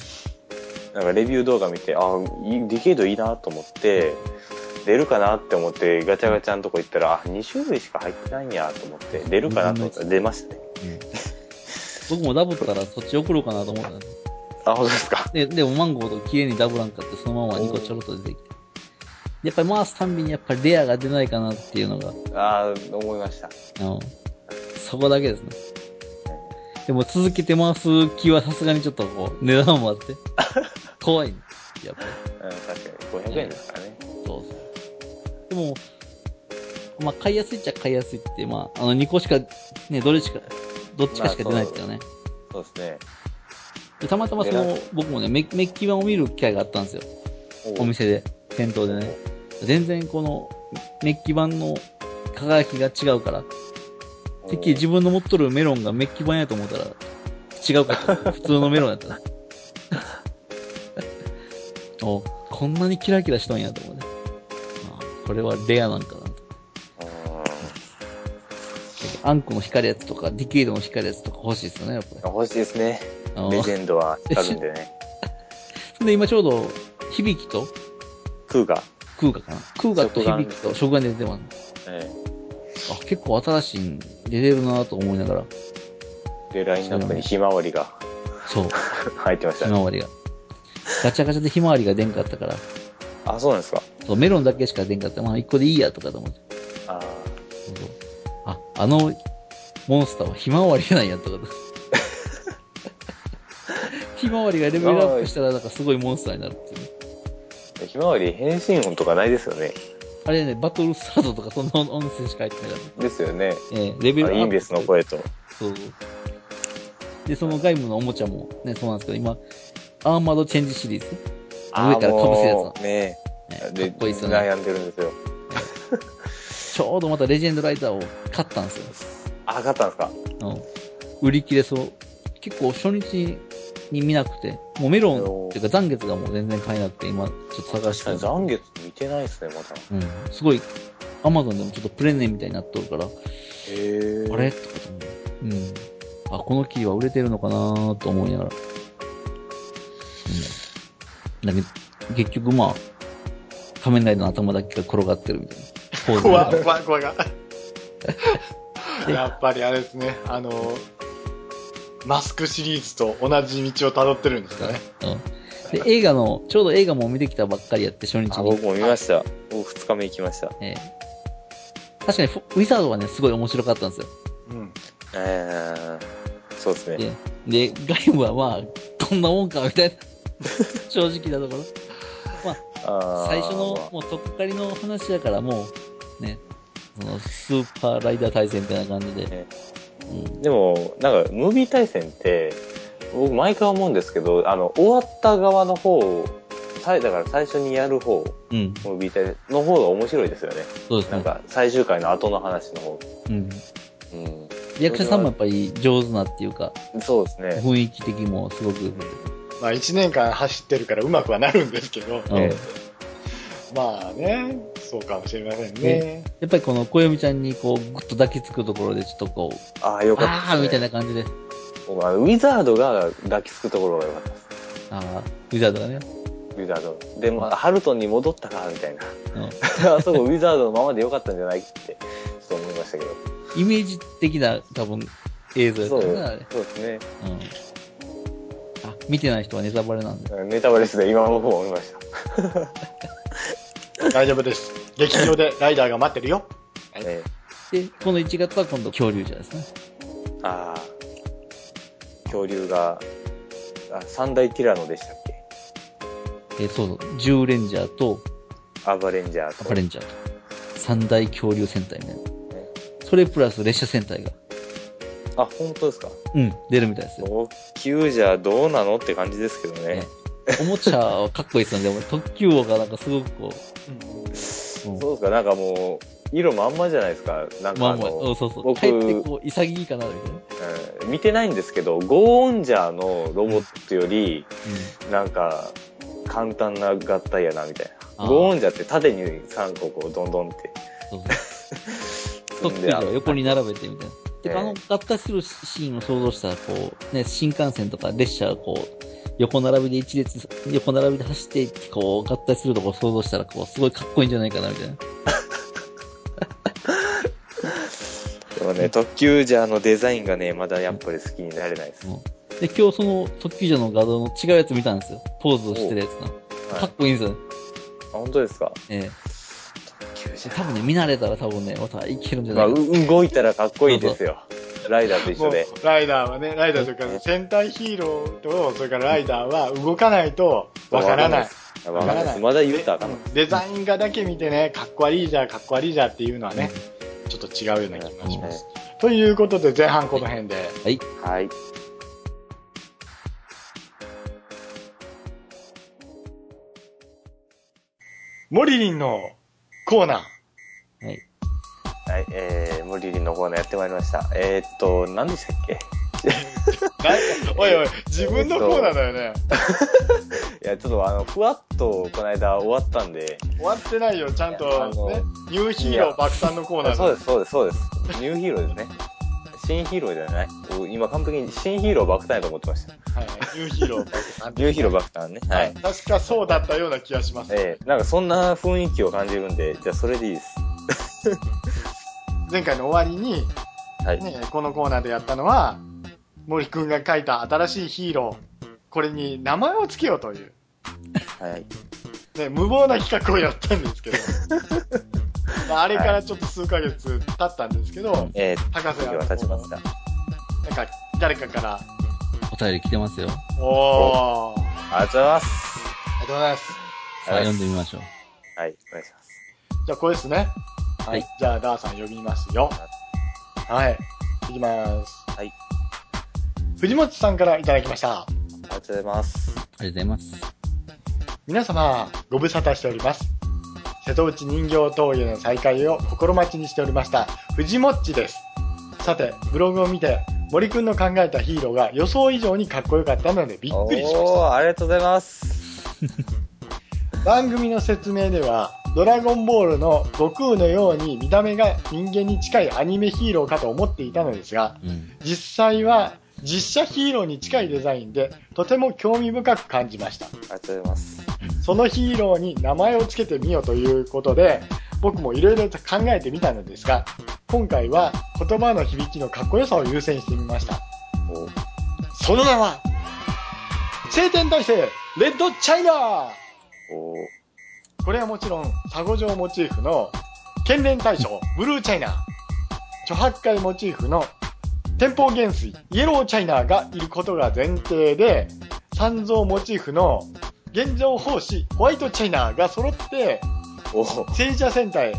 なんかレビュー動画見て、あ、いいディケイドいいなと思って、出るかなって思って、ガチャガチャのとこ行ったら、あ、2種類しか入ってないんやと思って、出るかなと思ったら出ましたね。僕もダブったらそっち送ろうかなと思ったんですあ、本当ですか。で、でもマンゴーと綺麗にダブらんかって、そのまま2個ちょろっと出てきて。やっぱり回すたんびにやっぱりレアが出ないかなっていうのが、あー、思いました。あの、そこだけですね。でも続けて回す気はさすがにちょっとこう、値段もあって。怖い、やっぱり。うん、確かに。500円ですからね。そうそう。でも、まあ買いやすいっちゃ買いやすいって、まあ、あの2個しか、ね、どれしか、どっちかしか出ないですよね。そうですね。でたまたまそ狙のう、僕もね、メメッキ版を見る機会があったんですよ。お店で、店頭でね。全然この、メッキ版の輝きが違うから、てっきり自分の持っとるメロンがメッキ版やと思ったら、違うかと思った。普通のメロンやったな。 <laughs> お、こんなにキラキラしとんやと思って。あこれはレアなんかなと。あんこの光るやつとか、ディキュイドの光るやつとか欲しいですよね、やっぱり。欲しいですね。あレのジェンドは光るんでね。で、今ちょうど、響きとクーガ。空ガかな。空ガと響きと食が出てます。えあ、結構新しいん出てるなと思いながら、えで、ラインナップにひまわりがそう、入ってましひたまね。わりが。ガチャガチャでひまわりが出んかったから、あ、そうなんですか。そうメロンだけしか出んかったまあ一個でいいやとかと思って。あそうそうあ、あのモンスターはひまわりなんやとかと。ひまわりがレベルアップしたらなんかすごいモンスターになるっていうね。ーひまわり変身音とかないですよね。あれね、バトルスタートとかそんな音声しか入ってなかった。ですよね。ええレベルアあップ。インベスの声と。そう。で、その外務のおもちゃもね、そうなんですけど、今、アーマードチェンジシリーズ。上からかぶせるやつなあーもうねねえ。かっこいいっすよね。悩んでるんですよ。ちょうどまたレジェンドライターを買ったんですよ。あ、勝ったんですか。うん売り切れそう。結構初日に見なくて、もうメロンっていうか残月がもう全然買えなくて、今ちょっと探してるんですけど残月見てないですね、まだ。うん。すごい、アマゾンでもちょっとプレネみたいになっとるから、へあれとかと思う。うん。あ、このキーは売れてるのかなーと思いながら。うん。だけど、結局まあ、仮面ライダーの頭だけが転がってるみたいな。ポーズ怖がい、怖い、怖いが。やっぱりあれですね、あの、マスクシリーズと同じ道をたどってるんですよね。うん。で、映画の、ちょうど映画も見てきたばっかりやって、初日あ、に。僕も見ました。僕二日目行きました。えー確かにフォ、ウィザードはね、すごい面白かったんですよ。うん。えー、そうですね。で、ガイムはまあ、こんなもんか、みたいな。正直なところ。あー最初の、もう、とっかかりの話やから、もう、ね、その、スーパーライダー対戦みたいな感じで。ねうん。でも、なんか、ムービー対戦って、僕毎回思うんですけど、あの、終わった側の方、さいだから最初にやる方、うん。ムービー対戦の方が面白いですよね。そうですなんね。か、最終回の後の話の方。うん。うん。役者さんもやっぱり上手なっていうか、そうですね。雰囲気的もすごく、まあ、1年間走ってるからうまくはなるんですけど、うん。ええやっまあね、そうかもしれませんねね。ぱりこの、小読ちゃんにこう、ぐっと抱きつくところで、ちょっとこう、ああ、よかったです、ね。あーみたいな感じで、僕あのウィザードが抱きつくところが良かったです。ああ、ウィザードがね、ウィザード。で、まあ、ハルトンに戻ったか、みたいな。 <laughs> うん。あそこウィザードのままでよかったんじゃないって、ちょっと思いましたけど。イメージ的な、多分、映像やったそようね、あれ。そうですね。うん。あ、見てない人はネタバレなんで。ネタバレですね。今僕も思いました。大丈夫です。劇場でライダーが待ってるよ。えで、この1月は今度恐竜者ですね。えああ。恐竜が、あ、三大キラノでしたっけえーそうそう、ジューレンジャーとアバレンジャーアと。パレンジャーと、三大恐竜戦隊みたいなね。それプラス列車戦隊が、あ、本当ですか。うん、出るみたいですよ。特急じゃどうなのって感じですけどねね。おもちゃはかっこいいですよね。でも特急王がなんかすごくこう、うんそうですか。なんかもう、色まんまじゃないですか。なんまかあまああ、の、うんそうそう。僕帰ってこう、潔いかな、みたいな。うん見てないんですけど、ゴーオンジャーのロボットより、うなんか、簡単な合体やな、みたいあな。ーゴーンジャーって縦に3個こう、どんどんって。ん、そう <laughs> そう。特積ん急で王あをる横に並べてみたいな。えで、えあの、合体するシーンを想像したら、こう、ね、新幹線とか列車がこう、横並びで一列、横並びで走っていって、こう、合体するとこを想像したら、こう、すごいかっこいいんじゃないかな、みたいな。でもね、特急ジャーのデザインがね、まだやっぱり好きになれないです。うんで、今日その特急車の画像の違うやつ見たんですよ。ポーズをしてるやつの。はかいっ、こいいんですよね。本当ですかえ特急えジャ多分ね、見慣れたら多分ね、またいけるんじー。ゃまなあ、いかな。う動いたらかっこいいですよ。ライダーと一も緒うで。ライダーはね、ライダーというか、戦隊ヒーローと、それからライダーは動かないとわからない。わからないです。まだ言うたらあかんのデザイン画だけ見てね、かっこ悪いじゃん、かっこ悪いじゃんっていうのはね、ちょっと違うような気がします。ということで、前半この辺で。はい。はい。モリリンのコーナー。はい。はい、えー、モリリンのコーナーやってまいりました。えー、っと、何でしたっけおいおい、自分のコーナーだよね。いや、ちょっとあの、ふわっとこの間終わったんで、終わってないよ、ちゃんいやあと、のね。ニューヒーロー爆散のコーナーそうだ。です、そうです、そうです。ニューヒーローですね。新ヒーローじゃないお今完璧に新ヒーロー爆誕やと思ってました。はいニューヒーロー爆散。ニューヒーロー爆誕ね。ははいい。。確かそうだったような気がします。ええなんかそんな雰囲気を感じるんで、じゃあそれでいいです。前回の終わりに、はい。ね、このコーナーでやったのは、森くんが書いた新しいヒーロー、これに名前を付けようという、はい。ね、無謀な企画をやったんです <laughs> けど、まああれからちょっと数ヶ月経ったんですけど、ええ博士時はが経ちました。なんか誰かから、お便り来てますよ。おー、ありがとうございます。ありがとうございます。さあ、読んでみましょう。はい、お願いします。じゃあこれですね。はい。じゃあダーさん呼びますよ。はい。いきます。はい。藤本さんからいただきました。ありがとうございます。ありがとうございます。皆様、ご無沙汰しております。瀬戸内人形峠の再開を心待ちにしておりました、藤もっちです。さて、ブログを見て、森くんの考えたヒーローが予想以上にかっこよかったのでびっくりしましおー、ありがとうございます。た。番組の説明では、ドラゴンボールの悟空のように見た目が人間に近いアニメヒーローかと思っていたのですが、うん。実際は実写ヒーローに近いデザインでとても興味深く感じましたありがとうございます。そのヒーローに名前を付けてみようということで僕もいろいろと考えてみたのですが今回は言葉の響きのかっこよさを優先してみましたおその名は晴天大聖レッドチャイナおこれはもちろん佐護城モチーフの剣連大将ブルーチャイナ著白海モチーフの天保元帥イエローチャイナーがいることが前提で三蔵モチーフの現状奉仕ホワイトチャイナーが揃っておー聖者戦隊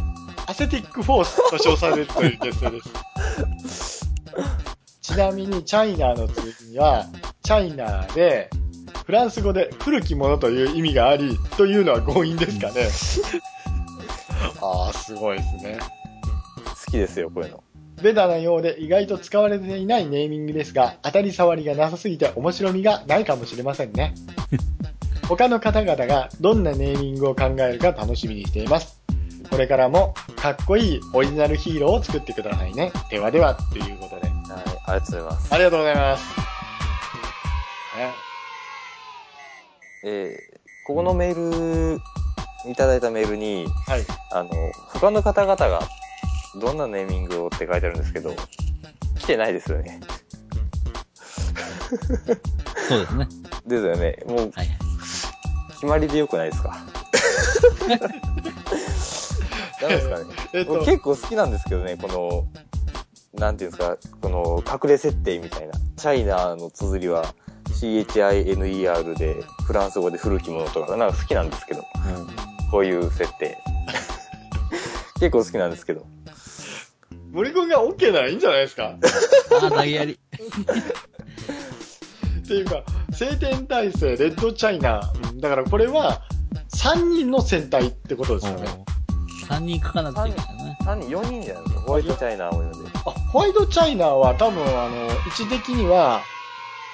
アセティックフォースと称されるという結成です <laughs> ちなみにチャイナーの次にはチャイナーでフランス語で古きものという意味がありというのは強引ですかね <laughs> ああすごいですね好きですよ、こういうの。ベタなようで意外と使われていないネーミングですが当たり障りがなさすぎて面白みがないかもしれませんね他の方々がどんなネーミングを考えるか楽しみにしていますこれからもかっこいいオリジナルヒーローを作ってくださいねではではということではい、ありがとうございます。ありがとうございます、ねえーここのメール、いただいたメールに、はいあの、他の方々が、どんなネーミングをって書いてあるんですけど、来てないですよね。そうですね。ですよね。もう、はいはい。決まりで良くないですかダメですかね。えっと僕結構好きなんですけどね、この、なんていうんですか、この隠れ設定みたいな。チャイナの綴りは CHINER で、フランス語で古きものとか、なんか好きなんですけど、こういう設 <laughs> 定。結構好きなんですけど。森君が OK ならいいんじゃないですかああ、投げや <laughs> り。っていうか聖天体制レッドチャイナうんだからこれは3人の戦隊ってことですよね3人書かなくていいからね。 3人、4人じゃないですか。ホワイトチャイナを読んで。あ、ホワイトチャイナーは多分あの、位置的には、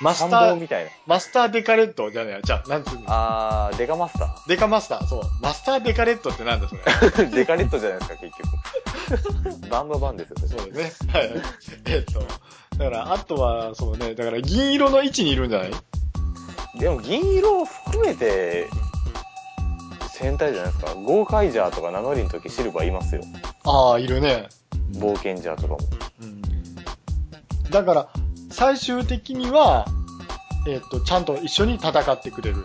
マス参タ謀ー、みたいな。マスターデカレットじゃねえや。じゃあ、なんつうのあー、デカマスタデカマスター、そう。マスターデカレットってなんだそれ。 <laughs> ー。デカレットじゃないですか、結 <laughs> 局。バンババンですよね。そう <laughs> ですね。はい。えっと、だから、あとは、そうね、だから銀色の位置にいるんじゃないでも銀色を含めて戦隊じゃないですかゴーカイジャーとか名乗りの時シルバーいますよああ、いるね。冒険ジャーとかもうん。だから、最終的には、えっと、ちゃんと一緒に戦ってくれる。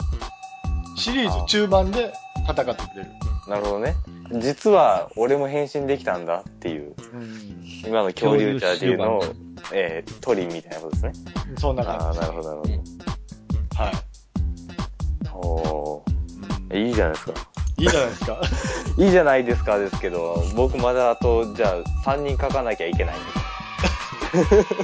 シリーズ中盤で戦ってくれる。なるほどね実は俺も変身できたんだっていううん。今の恐竜ジャーでいうのを恐竜えー、トリみたいなことですねそんなあ感あじ。なるほどなるはい。ほうどおんーいいじゃないですかいいじゃないですか。いいじゃないですかですけど僕まだあとじゃあ3人書かなきゃいけないみたいなこ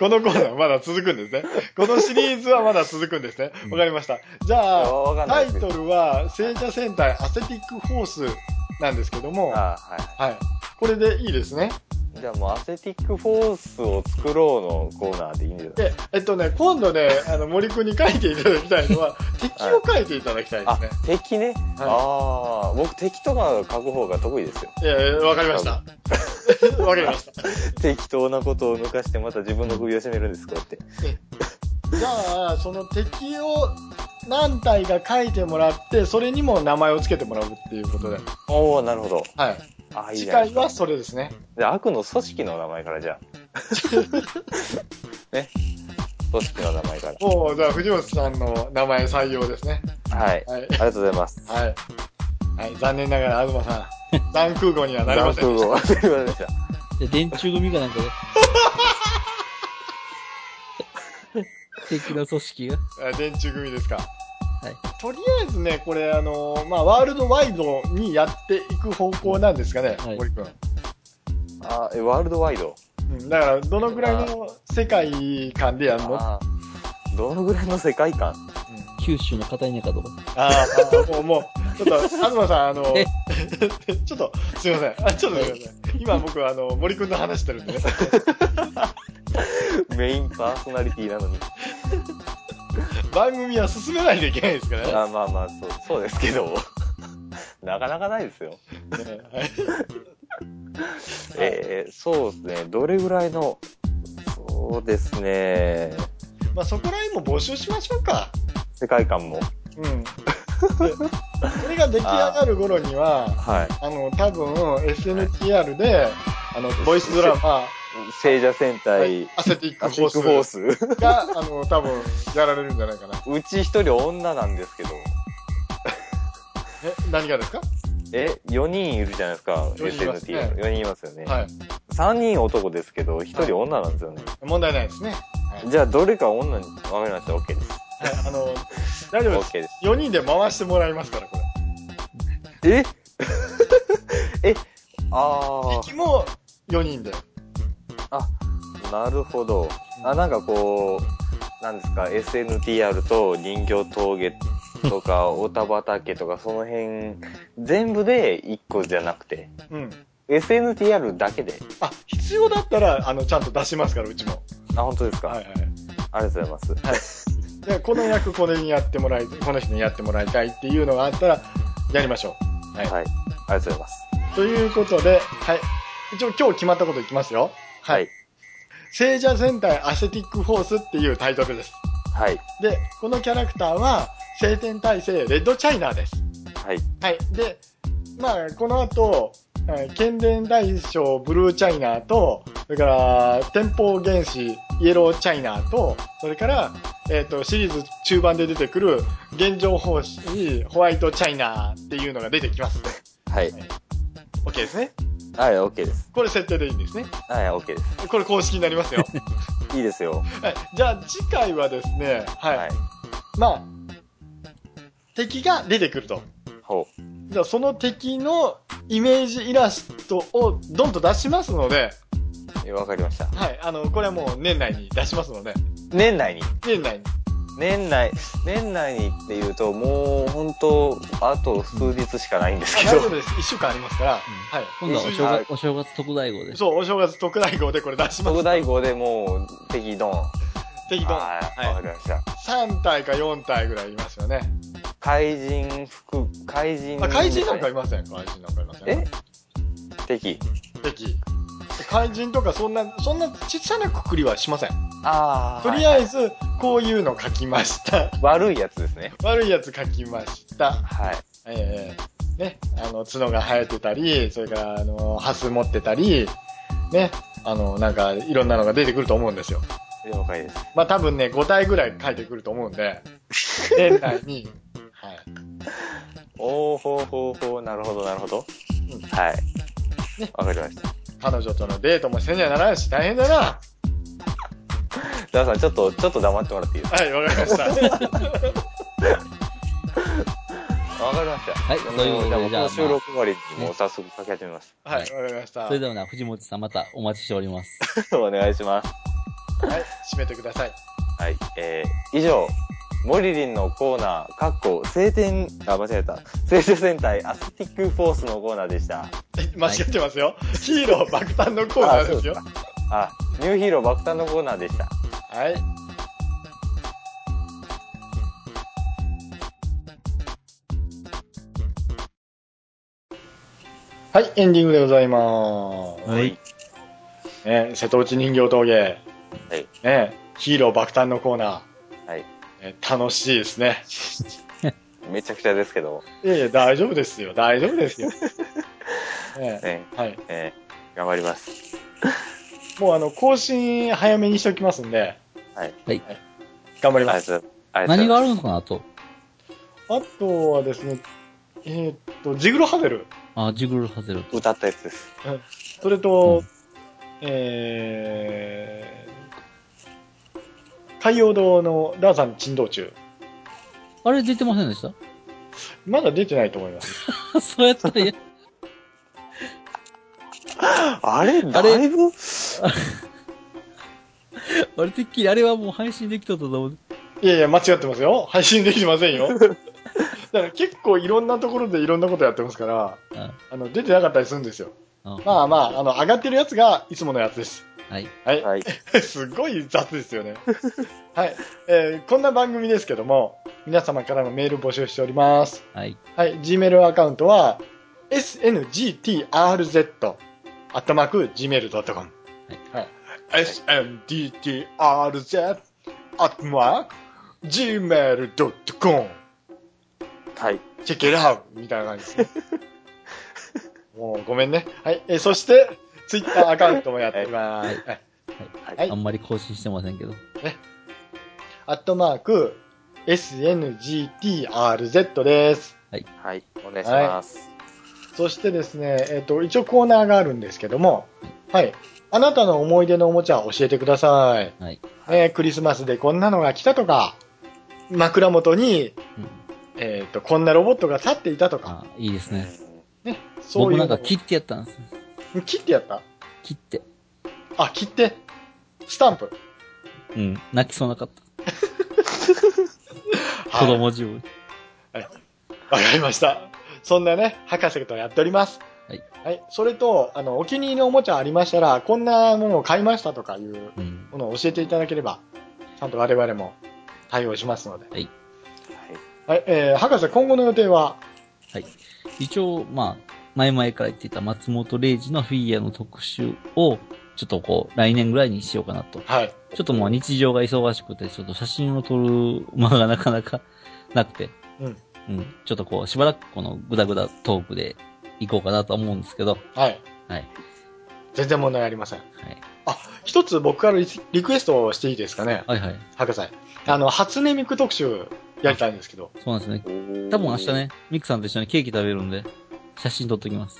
<laughs> このコーナーまだ続くんですね。このシリーズはまだ続くんですね。わかりました。じいゃやあ、わかんなタイいですけトどルは、聖者戦隊アセティックフォースなんですけども、はあーはいい。これでいいですね。じゃあもうアセティックフォースを作ろうのコーナーでいいんじゃないで、えっとね、今度ね、あの、森くんに書いていただきたいのは、敵を書いていただきたいであすね。、敵ね。ああ、僕敵とか書く方が得意ですよ。いやいや、わかりました。わかりました。適当なことを抜かしてまた自分の首を絞めるんです、こうやって。じゃあ、その敵を何体か書いてもらって、それにも名前をつけてもらうっていうことで。おおなるほど。はい。ああ、いい次じゃない回ですか。はそれですね。じゃあ悪の組織の名前からじゃ <laughs> あ。ね。組織の名前かもう、じゃあ、藤本さんの名前採用ですね。ら。はい。はいあり。がとうございます。はい。はい、残念ながら、東さん、残空語にはなりませんでした。ランク号。わかりました。で、電柱組かなんか <laughs> で。敵の組織が。。あ電柱組ですか。はいとりあえずね、これ、あのーまあ、ワールドワイドにやっていく方向なんですかね、はい森君。あーえワールドワイド。うん。だから、どのぐらいの世界観でやるのあーどのぐらいの世界観 <laughs> うん九州の片田舎とか。あーあ、もう、もう、ちょっと、東さん、あの、え <laughs> ちょっと、すいません。あ、ちょっとすいません。今僕、あの、森くんの話してるんでね。メインパーソナリティなのに。番組は進めないといけないですからね。あまあまあそう、そうですけど。 <laughs> なかなかないですよ。はいえー、そうですね。どれぐらいの、そうですね。まあ、そこら辺も募集しましょうか。世界観も。うん。でそれが出来上がる頃には、はい。あの、多分、SNTR で、あの、ボイスドラマ、聖者戦隊、アセティックアフシックフォォースース。 <laughs> が、あの、多分、やられるんじゃないかな。うち一人女なんですけど。え、何がですかえ、4人いるじゃないですか。四人いますね SNT。4人いますよね。はい。 3人男ですけど、1人女なんですよね。問題ないですね。はい。じゃあ、どれか女に、わかりました。OK です。はいあの、大丈夫です。 OK です。 4人で回してもらいますから、これ。ええ、 <laughs> あ敵も4人で。あ、なるほど。あ、なんかこう、なんですか、SNTR と人形峠とか、 <laughs> おたばたけとか、その辺、全部で1個じゃなくて、うん。 SNTR だけで。あ、必要だったら、あの、ちゃんと出しますから、うちも。あ、本当ですか、はいはい。ありがとうございます。で、この役、これにやってもらい、この人にやってもらいたいっていうのがあったら、やりましょはいはい。ありがとうございます。う。ということで、はい。一応今日決まったこといきますよ。はい。。聖者戦隊アセティックフォースっていうタイトルです。はい。で、このキャラクターは、聖天体制レッドチャイナーです。はい。はい。で、まあ、この後、えー剣伝大将ブルーチャイナーと、それから、天保原始イエローチャイナーと、それから、えっ、と、シリーズ中盤で出てくる、現状方針ホワイトチャイナーっていうのが出てきます。はい。 OK ですね。はい、OK です。これ設定でいいんですね。はい、OK でこれ公式になります <laughs> よ。す。いいですよ。はい。じゃあ次回はですね、はい。はい。まあ、敵が出てくると。ほう。じゃあその敵のイメージイラストをドンと出しますので、えわかりました。はい、あの、これはもう年内に出しますので、年内に。年内に。年内、年内にっていうと、もう本当、あと数日しかないんですあけ大丈夫ど。です。一週間ありますから、はい。今度はお正はい月、お正月特大号で。そう、お正月特大号でこれ出します。特大号でもう、敵ドン。敵と。ははい、わかりました。い。3体か4体ぐらいいますよね。怪人服、怪人。あ、怪人なんかいません。怪人なんかいません。え敵。敵。怪人とかそんな、そんなちっちゃなくくりはしません。ああ。とりあえず。ず、こういうの書き <laughs> ました。悪いやつですね。悪いやつ書きました。はい。ええね、あの、角が生えてたり、それから、あの、ハス持ってたり、ね、あの、なんか、いろんなのが出てくると思うんですよ。了解です。まあ、多分ね、5体ぐらい書いてくると思うんで、年内に、はい。おーほーほーほー、なるほど、なるほうどん。はいね。わかりました。彼女とのデートもせにゃならんし、大変だな。ダーさん、ちょっと、ちょっと黙ってもらっていいですはい、わかり <laughs> ました。かわかりました。はいあのということでじゃあもうじゃあこの収録終わりにもう早速書き始めます。はい、わかりました。そはれい、ではな、藤本さんまたお待ちしております。お願いします。締めてください。はい。えー、以上、モリリンのコーナー、かっこ、晴天、あ、間違えた。聖女戦隊アスティックフォースのコーナーでした。間違ってますよ。ヒーロー爆誕のコーナーですよ。あ、ニューヒーロー爆誕のコーナーでした。はい。はい、エンディングでございます。はい。ね、瀬戸内人形峠。はいね、ヒーロー爆誕のコーナー。はいね楽しいですね。めちゃくちゃですけど、いやいや、大丈夫ですよ。大丈夫です <laughs> よ。ね、ね、はい。えー頑張ります。もうあの、更新早めにしておきますんで。はい。はい。頑張りありがます。とうありがとう何ござがあいるのかなと。あとはですね、えーっと、ジグロハベル。あ、ジグルハゼルます。歌ったやつです。それと、えー、海洋堂のダンさん珍道中。あれ出てませんでした <laughs> まだ出てないと思います。そうやったら、いや、あれあれだいぶあれてっきり、あれはもう配信できとったと思う。いやいや、間違ってますよ。配信できてませ <laughs> んよ。だから結構いろんなところでいろんなことやってますから、ああの、出てなかったりするんですよ。あまあまあ、あの、上がってるやつがいつものやつです。はい。はい。はい。 <laughs> すごい雑ですよね。はい。えーこんな番組ですけども、皆様からのメール募集しております。はい。はい、Gmail アカウントは、sngtrz、アットマーク、gmail.com。はい。sngtrz、アットマーク、gmail.com。はい。チェケラウみたいな感じです <laughs> ね。もうごめんね。はい。えーそして、ツイッターアカウントもやってます。はいはい。はいあんまり更新してませんけど。アットマーク、sngtrz です。はい。お願いします。そしてですね、えっ、と、一応コーナーがあるんですけども、はい。あなたの思い出のおもちゃを教えてください。はい。えークリスマスでこんなのが来たとか、枕元に、うんえっ、と、こんなロボットが立っていたとか、あいいですね。ね。そうい僕なうの。んか切ってやったんです。切ってやった切って。あ、切って。スタンプ。うん。泣きそうなか <laughs> った。子供自分。わかりました。そんなね、博士とやっております。はい。はい。それと、あの、お気に入りのおもちゃありましたら、こんなものを買いましたとかいううん。ものを教えていただければ、ちゃんと我々も対応しますので。はい。はい、えー、博士、今後の予定は、一応、まあ、前々から言っていた松本零士のフィギュアの特集を、ちょっとこう、来年ぐらいにしようかなと。はい。ちょっともう日常が忙しくて、ちょっと写真を撮る間がなかなか <laughs> なくて。うん。うん。ちょっとこう、しばらくこのグダグダトークで行こうかなと思うんですけど。はい。はい。全然問題ありません。はい。一つ僕からリリクエストをしていいですかね、はいはい。博士。あの、初音ミク特集やりたいんですけど、そうなんですね。おー多分明日。ね、ミクさんと一緒にケーキ食べるんで、写真撮っときます。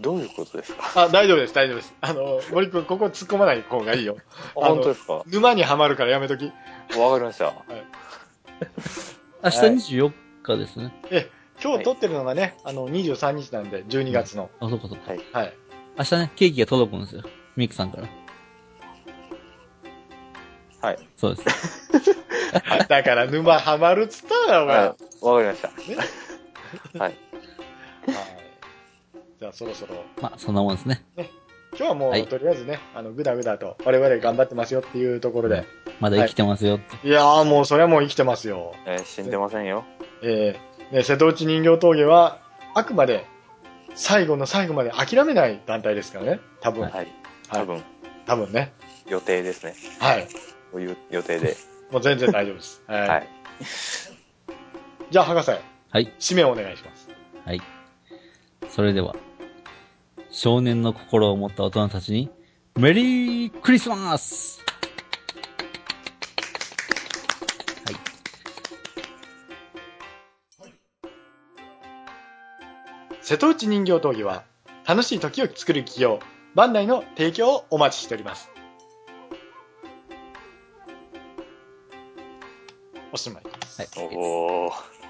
どういうことですかあ、大丈夫です、大丈夫です。あの、森くん、ここ突っ込まない方がいいよ。ああの本当ですかわか <laughs> 沼にはまるからやめとき。りました。明日はい24日ですね。今日撮ってるのがね、あの、23日なんで、12月の。あ、そうかそうか。はい。明日ね、ケーキが届くんですよ。ミクさんから。はい。そうです。だから、沼はまるっつったら、お前。はいはわかりました。い。じゃあ、そろそろ。まあ、そんなもんですね。今日はもう、はいとりあえずね、あの、ぐだぐだと、我々頑張ってますよっていうところで。まだ生きてますよって。いやーもうそれはもう生きてますよ。えー死んでませんよ。えーね、瀬戸内人形峠はあくまで最後の最後まで諦めない団体ですからね。多分。はい。多分、多分ね。予定ですね。はい。こういう予定で。もう全然大丈夫です。はい。はい。じゃあ、博士。はい。締めをお願いします。はい。それでは、少年の心を持った大人たちに、メリークリスマスはい。瀬戸内人形闘技は楽しい時を作る企業バンダイの提供をお待ちしておりますおしまいはい。 <laughs> おー。